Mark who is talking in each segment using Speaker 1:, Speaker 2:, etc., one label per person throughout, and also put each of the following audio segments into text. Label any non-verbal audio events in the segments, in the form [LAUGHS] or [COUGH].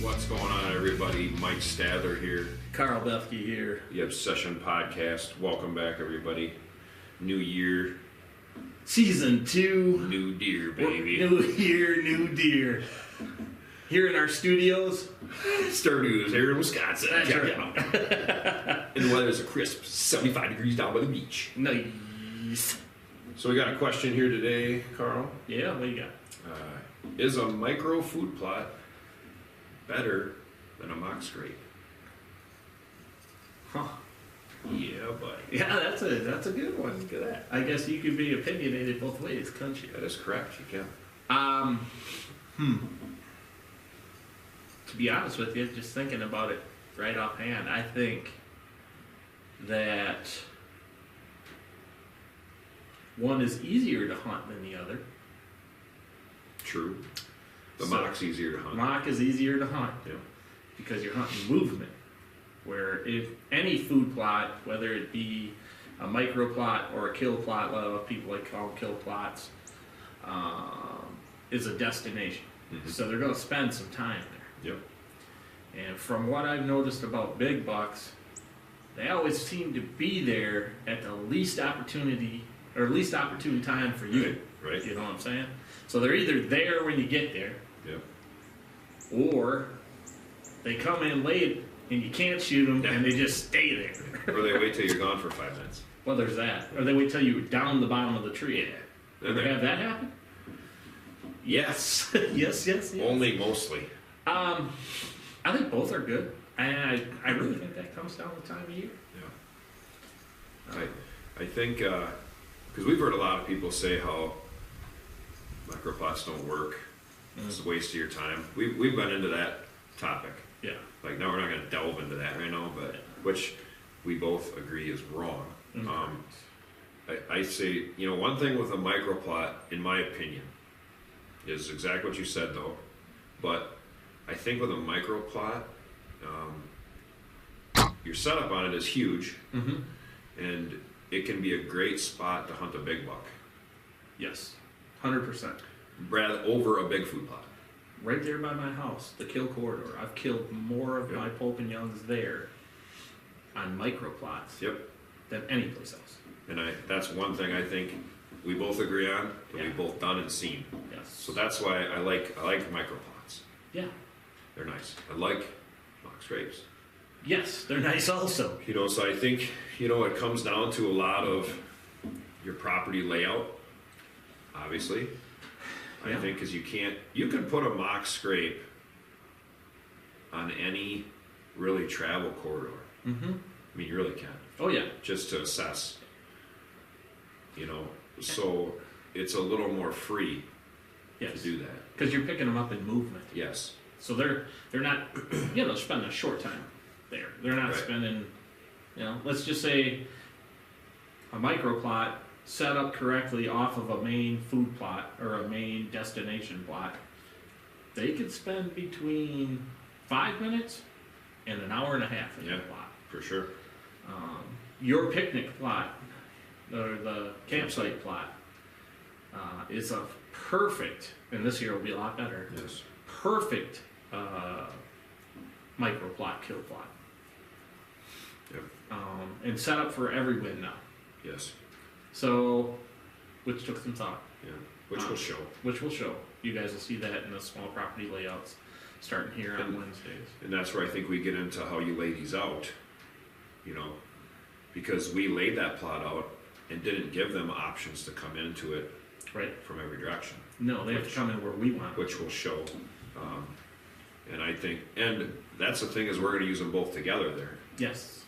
Speaker 1: What's going on, everybody? Mike Stather here.
Speaker 2: Carl Befke here.
Speaker 1: The Obsession Podcast. Welcome back, everybody. New year,
Speaker 2: Season two.
Speaker 1: new deer, baby.
Speaker 2: New year, new deer. Here in our studios.
Speaker 1: Sturdy is here in Wisconsin.
Speaker 2: That's
Speaker 1: Check
Speaker 2: right.
Speaker 1: it out. [LAUGHS] and the weather's a crisp 75 degrees down by the beach.
Speaker 2: Nice.
Speaker 1: So we got a question here today, Carl.
Speaker 2: Yeah, what you got?
Speaker 1: Uh, is a micro food plot better than a mock scrape?
Speaker 2: Huh.
Speaker 1: Yeah, buddy.
Speaker 2: Yeah, that's a that's a good one. Look at that. I guess you could be opinionated both ways, couldn't you?
Speaker 1: That is correct. You can.
Speaker 2: Um, hmm. To be honest with you, just thinking about it right offhand, I think that one is easier to hunt than the other.
Speaker 1: True. The
Speaker 2: So-
Speaker 1: mock's easier to hunt.
Speaker 2: Mock is easier to hunt
Speaker 1: yeah.
Speaker 2: because you're hunting movement. Where if any food plot, whether it be a micro plot or a kill plot, a lot of people like call them kill plots, um, is a destination. So they're going to spend some time there.
Speaker 1: Yep.
Speaker 2: And from what I've noticed about big bucks, they always seem to be there at the least opportunity or least opportune time for you.
Speaker 1: Right. right.
Speaker 2: You know what I'm saying? So they're either there when you get there
Speaker 1: Yep.
Speaker 2: or they come in late and you can't shoot them and they just stay there.
Speaker 1: or they wait till you're gone for five minutes.
Speaker 2: Well, there's that. Or they wait till you're down the bottom of the tree.
Speaker 1: They're
Speaker 2: Ever
Speaker 1: there.
Speaker 2: have that happen? [LAUGHS] Yes. yes, yes, yes.
Speaker 1: Only mostly.
Speaker 2: Um, I think both are good. And I, I really think that comes down to the time of year.
Speaker 1: Yeah. I, I think because we've heard a lot of people say how microplots don't work. It's a waste of your time. We we've been into that topic.
Speaker 2: Yeah.
Speaker 1: Like now we're not going to delve into that right now, but which we both agree is wrong. Um, I, I say you know one thing with a microplot, in my opinion, is exactly what you said though, but I think with a microplot, um, your setup on it is huge,
Speaker 2: Mm-hmm.
Speaker 1: and it can be a great spot to hunt a big buck,
Speaker 2: Yes. 100%.
Speaker 1: rather over a big food plot.
Speaker 2: Right there by my house, the kill corridor. I've killed more of
Speaker 1: Yeah.
Speaker 2: my Pope and Youngs there on microplots
Speaker 1: Yep.
Speaker 2: than any place else.
Speaker 1: And I, that's one thing I think we both agree on, that
Speaker 2: Yeah.
Speaker 1: we've both done and seen.
Speaker 2: Yes.
Speaker 1: So that's why I like I like microplots.
Speaker 2: yeah.
Speaker 1: They're nice. I like mock scrapes.
Speaker 2: Yes, they're nice also.
Speaker 1: You know, so I think you know it comes down to a lot of your property layout. Obviously, I
Speaker 2: Yeah.
Speaker 1: think because you can't you can put a mock scrape on any really travel corridor.
Speaker 2: Mm-hmm.
Speaker 1: I mean, you really can
Speaker 2: Oh yeah.
Speaker 1: just to assess. You know, so it's a little more free to
Speaker 2: Yes.
Speaker 1: do that.
Speaker 2: Because you're picking them up in movement,
Speaker 1: Yes.
Speaker 2: so they're they're not [CLEARS THROAT] you know spending a short time there. They're not
Speaker 1: Right.
Speaker 2: spending you know let's just say a micro plot set up correctly off of a main food plot or a main destination plot. They could spend between five minutes and an hour and a half in
Speaker 1: Yeah.
Speaker 2: that plot.
Speaker 1: For sure.
Speaker 2: um, your picnic plot or the campsite plot uh, is a perfect, and this year will be a lot better.
Speaker 1: Yes.
Speaker 2: Perfect uh, micro plot, kill plot,
Speaker 1: Yep.
Speaker 2: um, and set up for every win now.
Speaker 1: Yes.
Speaker 2: So, which took some thought,
Speaker 1: Yeah. Which will show.
Speaker 2: which will show. You guys will see that in the small property layouts starting here on Wednesdays.
Speaker 1: And that's where I think we get into how you lay these out, you know, because we laid that plot out and didn't give them options to come into it
Speaker 2: Right?
Speaker 1: from every direction,
Speaker 2: No, they have to come in where we want.
Speaker 1: which will show. Um, and I think, and that's the thing is we're going to use them both together there,
Speaker 2: Yes.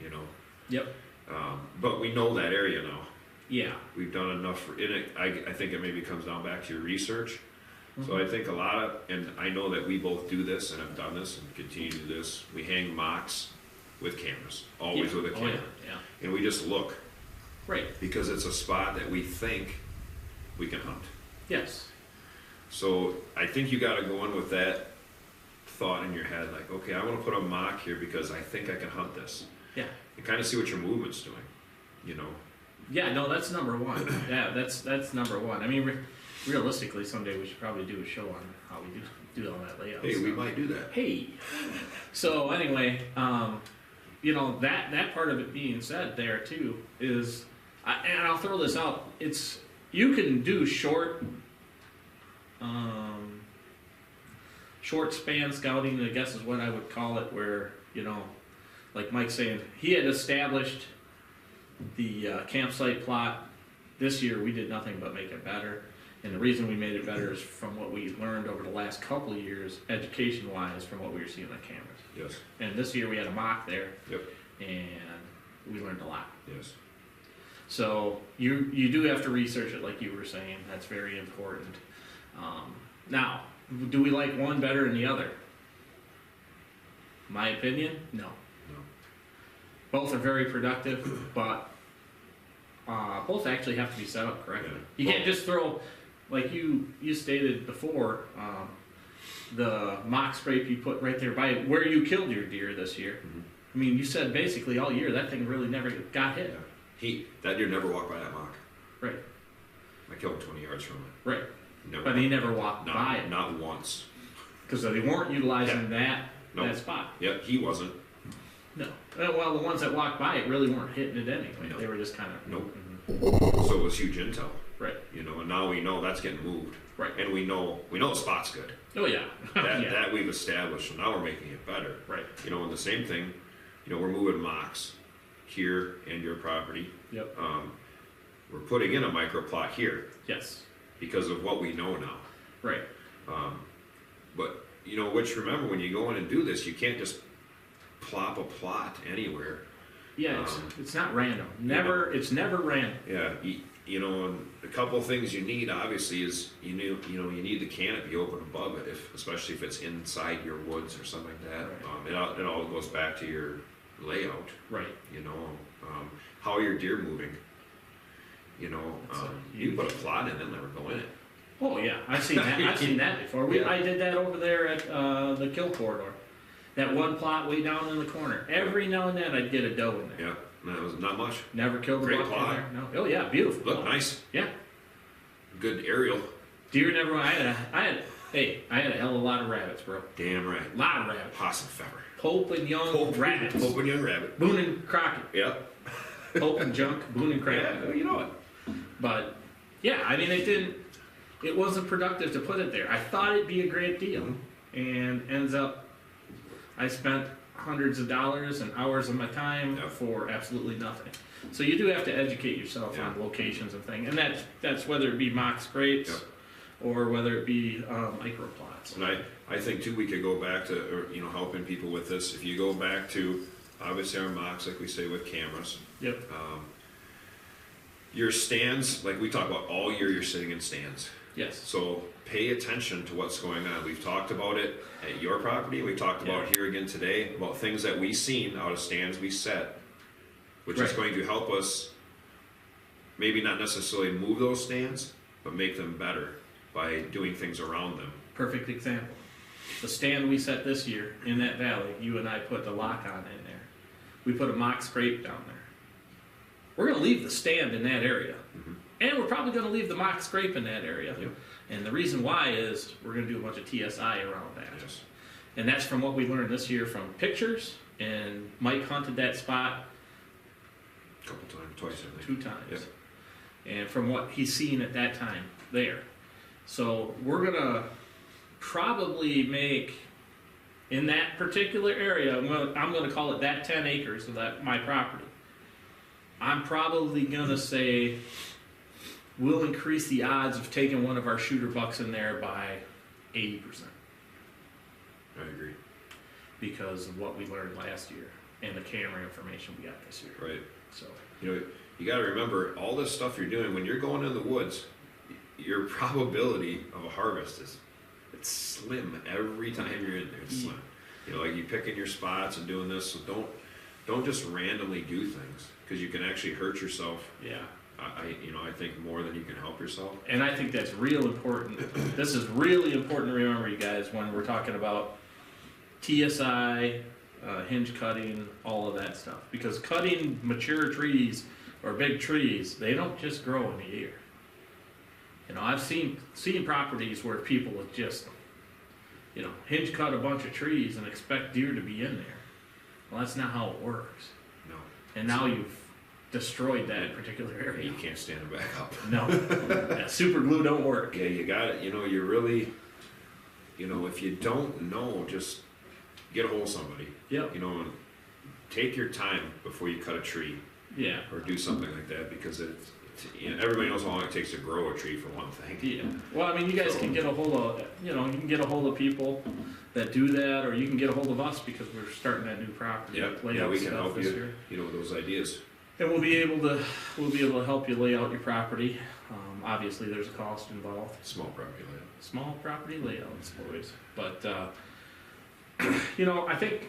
Speaker 1: you know.
Speaker 2: Yep.
Speaker 1: Um, but we know that area now.
Speaker 2: Yeah.
Speaker 1: We've done enough for in it. I, I think it maybe comes down back to your research. So I think a lot of, and I know that we both do this and have done this and continue to do this. We hang mocks with cameras, always
Speaker 2: yeah.
Speaker 1: with a
Speaker 2: Oh,
Speaker 1: camera.
Speaker 2: yeah. yeah.
Speaker 1: and we just look
Speaker 2: Right.
Speaker 1: because it's a spot that we think we can hunt.
Speaker 2: Yes.
Speaker 1: So I think you got to go in with that thought in your head, like, okay, I want to put a mock here because I think I can hunt this,
Speaker 2: Yeah.
Speaker 1: and kind of see what your movement's doing. You know,
Speaker 2: Yeah, no, that's number one. Yeah, that's that's number one. I mean, re- realistically, someday we should probably do a show on how we do do all that layout.
Speaker 1: Hey, we
Speaker 2: stuff.
Speaker 1: might do that.
Speaker 2: Hey. So anyway, um, you know that that part of it being said there too is, I, and I'll throw this out. It's you can do short, um, short span scouting. I guess is what I would call it. Where you know, like Mike saying, he had established the uh, campsite plot. This year we did nothing but make it better. And the reason we made it better is from what we learned over the last couple of years, education wise, from what we were seeing on cameras.
Speaker 1: Yes,
Speaker 2: And this year we had a mock there.
Speaker 1: Yep.
Speaker 2: And we learned a lot.
Speaker 1: yes.
Speaker 2: So you you do have to research it, like you were saying. That's very important. Um, now, do we like one better than the other? My opinion, no.
Speaker 1: No.
Speaker 2: Both are very productive, but uh, both actually have to be set up correctly.
Speaker 1: Yeah.
Speaker 2: You can't just throw, like you you stated before, um, the mock scrape you put right there by where you killed your deer this year.
Speaker 1: Mhm.
Speaker 2: I mean, you said basically all year that thing really never got hit.
Speaker 1: Yeah. He that deer never walked by that mock.
Speaker 2: Right,
Speaker 1: I killed him twenty yards from it.
Speaker 2: right.
Speaker 1: Never.
Speaker 2: But he never walked
Speaker 1: not,
Speaker 2: by it
Speaker 1: not once.
Speaker 2: because they weren't utilizing that
Speaker 1: No.
Speaker 2: that spot.
Speaker 1: Yep, he wasn't.
Speaker 2: No. Uh, Well, the ones that walked by it really weren't hitting it anyway.
Speaker 1: No.
Speaker 2: They were just kind of
Speaker 1: Nope.
Speaker 2: Mm-hmm.
Speaker 1: So it was huge intel,
Speaker 2: right,
Speaker 1: you know. And now we know that's getting moved,
Speaker 2: right.
Speaker 1: and we know we know the spot's good.
Speaker 2: Oh yeah,
Speaker 1: That
Speaker 2: [LAUGHS] yeah,
Speaker 1: that we've established, and now we're making it better.
Speaker 2: right.
Speaker 1: You know, and the same thing, you know, we're moving mocks here and your property.
Speaker 2: Yep.
Speaker 1: Um, we're putting in a micro plot here
Speaker 2: Yes.
Speaker 1: because of what we know now.
Speaker 2: Right.
Speaker 1: Um, but you know, which remember when you go in and do this, you can't just plop a plot anywhere.
Speaker 2: Yeah. It's,
Speaker 1: Um,
Speaker 2: it's not random. Never. It's never random.
Speaker 1: Yeah, you, you know, and a couple things you need obviously is you knew you know you need the canopy open above it, if especially if it's inside your woods or something like that.
Speaker 2: Right.
Speaker 1: Um, it all it all goes back to your layout.
Speaker 2: Right.
Speaker 1: You know, um, how are your deer moving? You know,
Speaker 2: That's
Speaker 1: um,
Speaker 2: a
Speaker 1: you
Speaker 2: huge-
Speaker 1: put a plot in, they'll never go in it.
Speaker 2: Oh yeah, I've seen that. I've seen that before. We,
Speaker 1: Yeah.
Speaker 2: I did that over there at uh, the kill corridor. That one plot way down in the corner. Every now and then I'd get a doe in there.
Speaker 1: Yeah, and that was not much.
Speaker 2: Never killed a
Speaker 1: Great
Speaker 2: buck
Speaker 1: plot.
Speaker 2: in there. No. Oh yeah, beautiful.
Speaker 1: Look
Speaker 2: plot.
Speaker 1: nice,
Speaker 2: Yeah.
Speaker 1: good aerial.
Speaker 2: Deer never. I had a. I had. Hey, I had a hell of a lot of rabbits, bro.
Speaker 1: Damn right,
Speaker 2: A lot of rabbits.
Speaker 1: possum feather.
Speaker 2: Pope and Young rabbits.
Speaker 1: Pope and young rabbit.
Speaker 2: Boone and Crockett.
Speaker 1: Yep.
Speaker 2: Pope and Junk. Boone and Crockett.
Speaker 1: Yeah, you know it.
Speaker 2: But yeah, I mean, it didn't. It wasn't productive to put it there. I thought it'd be a great deal, and ends up, I spent hundreds of dollars and hours of my time
Speaker 1: Yeah.
Speaker 2: for absolutely nothing. So you do have to educate yourself
Speaker 1: Yeah.
Speaker 2: on locations and things, and that's that's whether it be mock scrapes or whether it be um, microplots.
Speaker 1: And I, I think too, we could go back to, or, you know, helping people with this. If you go back to, obviously our mocks, like we say with cameras,
Speaker 2: Yep.
Speaker 1: um, your stands, like we talk about all year, you're sitting in stands.
Speaker 2: Yes.
Speaker 1: So pay attention to what's going on. We've talked about it at your property. We talked about here again today about things that we seen out of stands we set, which is
Speaker 2: Right.
Speaker 1: going to help us maybe not necessarily move those stands, but make them better by doing things around them.
Speaker 2: Perfect example. The stand we set this year in that valley, you and I put the lock on in there. We put a mock scrape down there. We're going to leave the stand in that area. And we're probably going to leave the mock scrape in that area.
Speaker 1: Mm-hmm. Yep.
Speaker 2: And the reason why is we're going to do a bunch of TSI around that.
Speaker 1: Yes.
Speaker 2: And that's from what we learned this year from pictures. And Mike hunted that spot
Speaker 1: Couple times, twice, I think.
Speaker 2: two times. And from what he's seen at that time there. So we're gonna probably make in that particular area, I'm gonna, I'm gonna call it that 10 acres of that my property. I'm probably gonna say we'll increase the odds of taking one of our shooter bucks in there by 80%
Speaker 1: I agree.
Speaker 2: because of what we learned last year and the camera information we got this year.
Speaker 1: Right.
Speaker 2: So
Speaker 1: You know, you got to remember all this stuff you're doing when you're going in the woods. y- Your [LAUGHS] probability of a harvest is it's slim every time you're in there. It's slim. You know, like you picking your spots and doing this. So don't don't just randomly do things because you can actually hurt yourself.
Speaker 2: yeah.
Speaker 1: I, I you know I think more than you can help yourself.
Speaker 2: and I think that's real important. [CLEARS THROAT] this is really important to remember, you guys, when we're talking about TSI, uh, hinge cutting, all of that stuff. Because cutting mature trees or big trees, they don't just grow in a year. You know, I've seen seen properties where people would just, you know, hinge cut a bunch of trees and expect deer to be in there. Well, that's not how it works.
Speaker 1: No,
Speaker 2: And now you've destroyed that particular
Speaker 1: Yeah, [LAUGHS]
Speaker 2: area.
Speaker 1: you can't stand it back up. [LAUGHS]
Speaker 2: No, that super glue don't work.
Speaker 1: Yeah, you got it. You know, you really, you know, if you don't know, just get a hold of somebody.
Speaker 2: Yep.
Speaker 1: You know, and take your time before you cut a tree
Speaker 2: Yeah.
Speaker 1: or do something like that because it's, you know, everybody knows how long it takes to grow a tree for one thing.
Speaker 2: Yeah. Well, I mean, you guys can get a hold of, you know, you can get a hold of people that do that, or you can get a hold of us because we're starting that new property.
Speaker 1: Yep.
Speaker 2: layout
Speaker 1: Yeah, we can
Speaker 2: stuff
Speaker 1: help
Speaker 2: this
Speaker 1: you.
Speaker 2: year.
Speaker 1: You know, those ideas.
Speaker 2: And we'll be able to, we'll be able to help you lay out your property. Um, obviously, there's a cost involved.
Speaker 1: Small property land.
Speaker 2: Small property layouts, boys. But uh, [CLEARS THROAT] you know, I think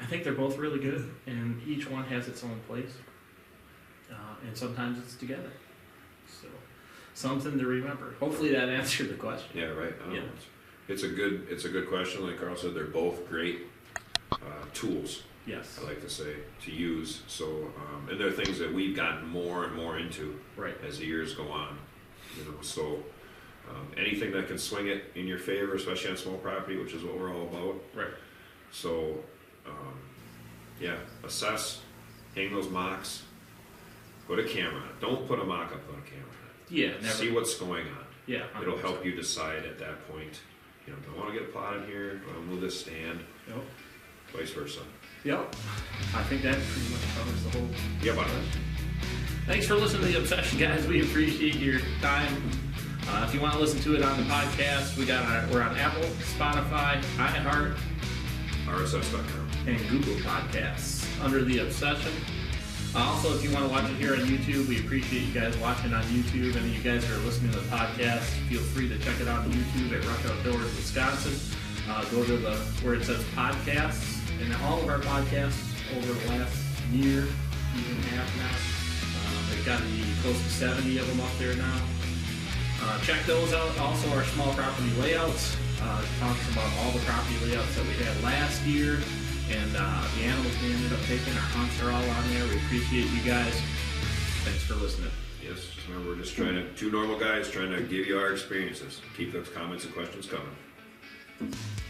Speaker 2: I think they're both really good, and each one has its own place. Uh, and sometimes it's together. So something to remember. Hopefully, that [LAUGHS] answered the question.
Speaker 1: Yeah, right. I don't
Speaker 2: Yeah.
Speaker 1: know. It's a good, it's a good question. Like Carl said, they're both great uh, tools.
Speaker 2: Yes.
Speaker 1: I like to say, to use. So, um, and there are things that we've gotten more and more into
Speaker 2: Right.
Speaker 1: as the years go on, you know. So, um, anything that can swing it in your favor, especially on small property, which is what we're all about.
Speaker 2: Right.
Speaker 1: So, um, yeah, assess, hang those mocks, put a camera on it. Don't put a mock up on a camera. on
Speaker 2: Yeah.
Speaker 1: it.
Speaker 2: Never.
Speaker 1: See what's going on.
Speaker 2: yeah.
Speaker 1: It'll help you decide at that point. You know, do I want to get a plot in here? Do I want to move this stand?
Speaker 2: Yep.
Speaker 1: Vice versa.
Speaker 2: Yep. I think that pretty much covers the whole.
Speaker 1: Yeah, but
Speaker 2: Thanks for listening to the obsession, guys. We appreciate your time. Uh, if you want to listen to it on the podcast, we got our, we're on Apple, Spotify, iHeart,
Speaker 1: RSS.com.
Speaker 2: and Google Podcasts under the obsession. Uh, also, if you want to watch it here on YouTube, we appreciate you guys watching on YouTube. And you guys that are listening to the podcast, feel free to check it out on YouTube at Rush Outdoors Wisconsin. Uh, go to the where it says podcasts, and all of our podcasts over the last year, even half now, uh, they've got to be close to 70 of them up there now. Uh, check those out. Also, our small property layouts uh, talks about all the property layouts that we had last year, and uh, the animals we ended up taking. Our hunts are all on there. We appreciate you guys. Thanks for listening.
Speaker 1: Yes, just remember, we're just trying to, two normal guys trying to give you our experiences. Keep those comments and questions coming.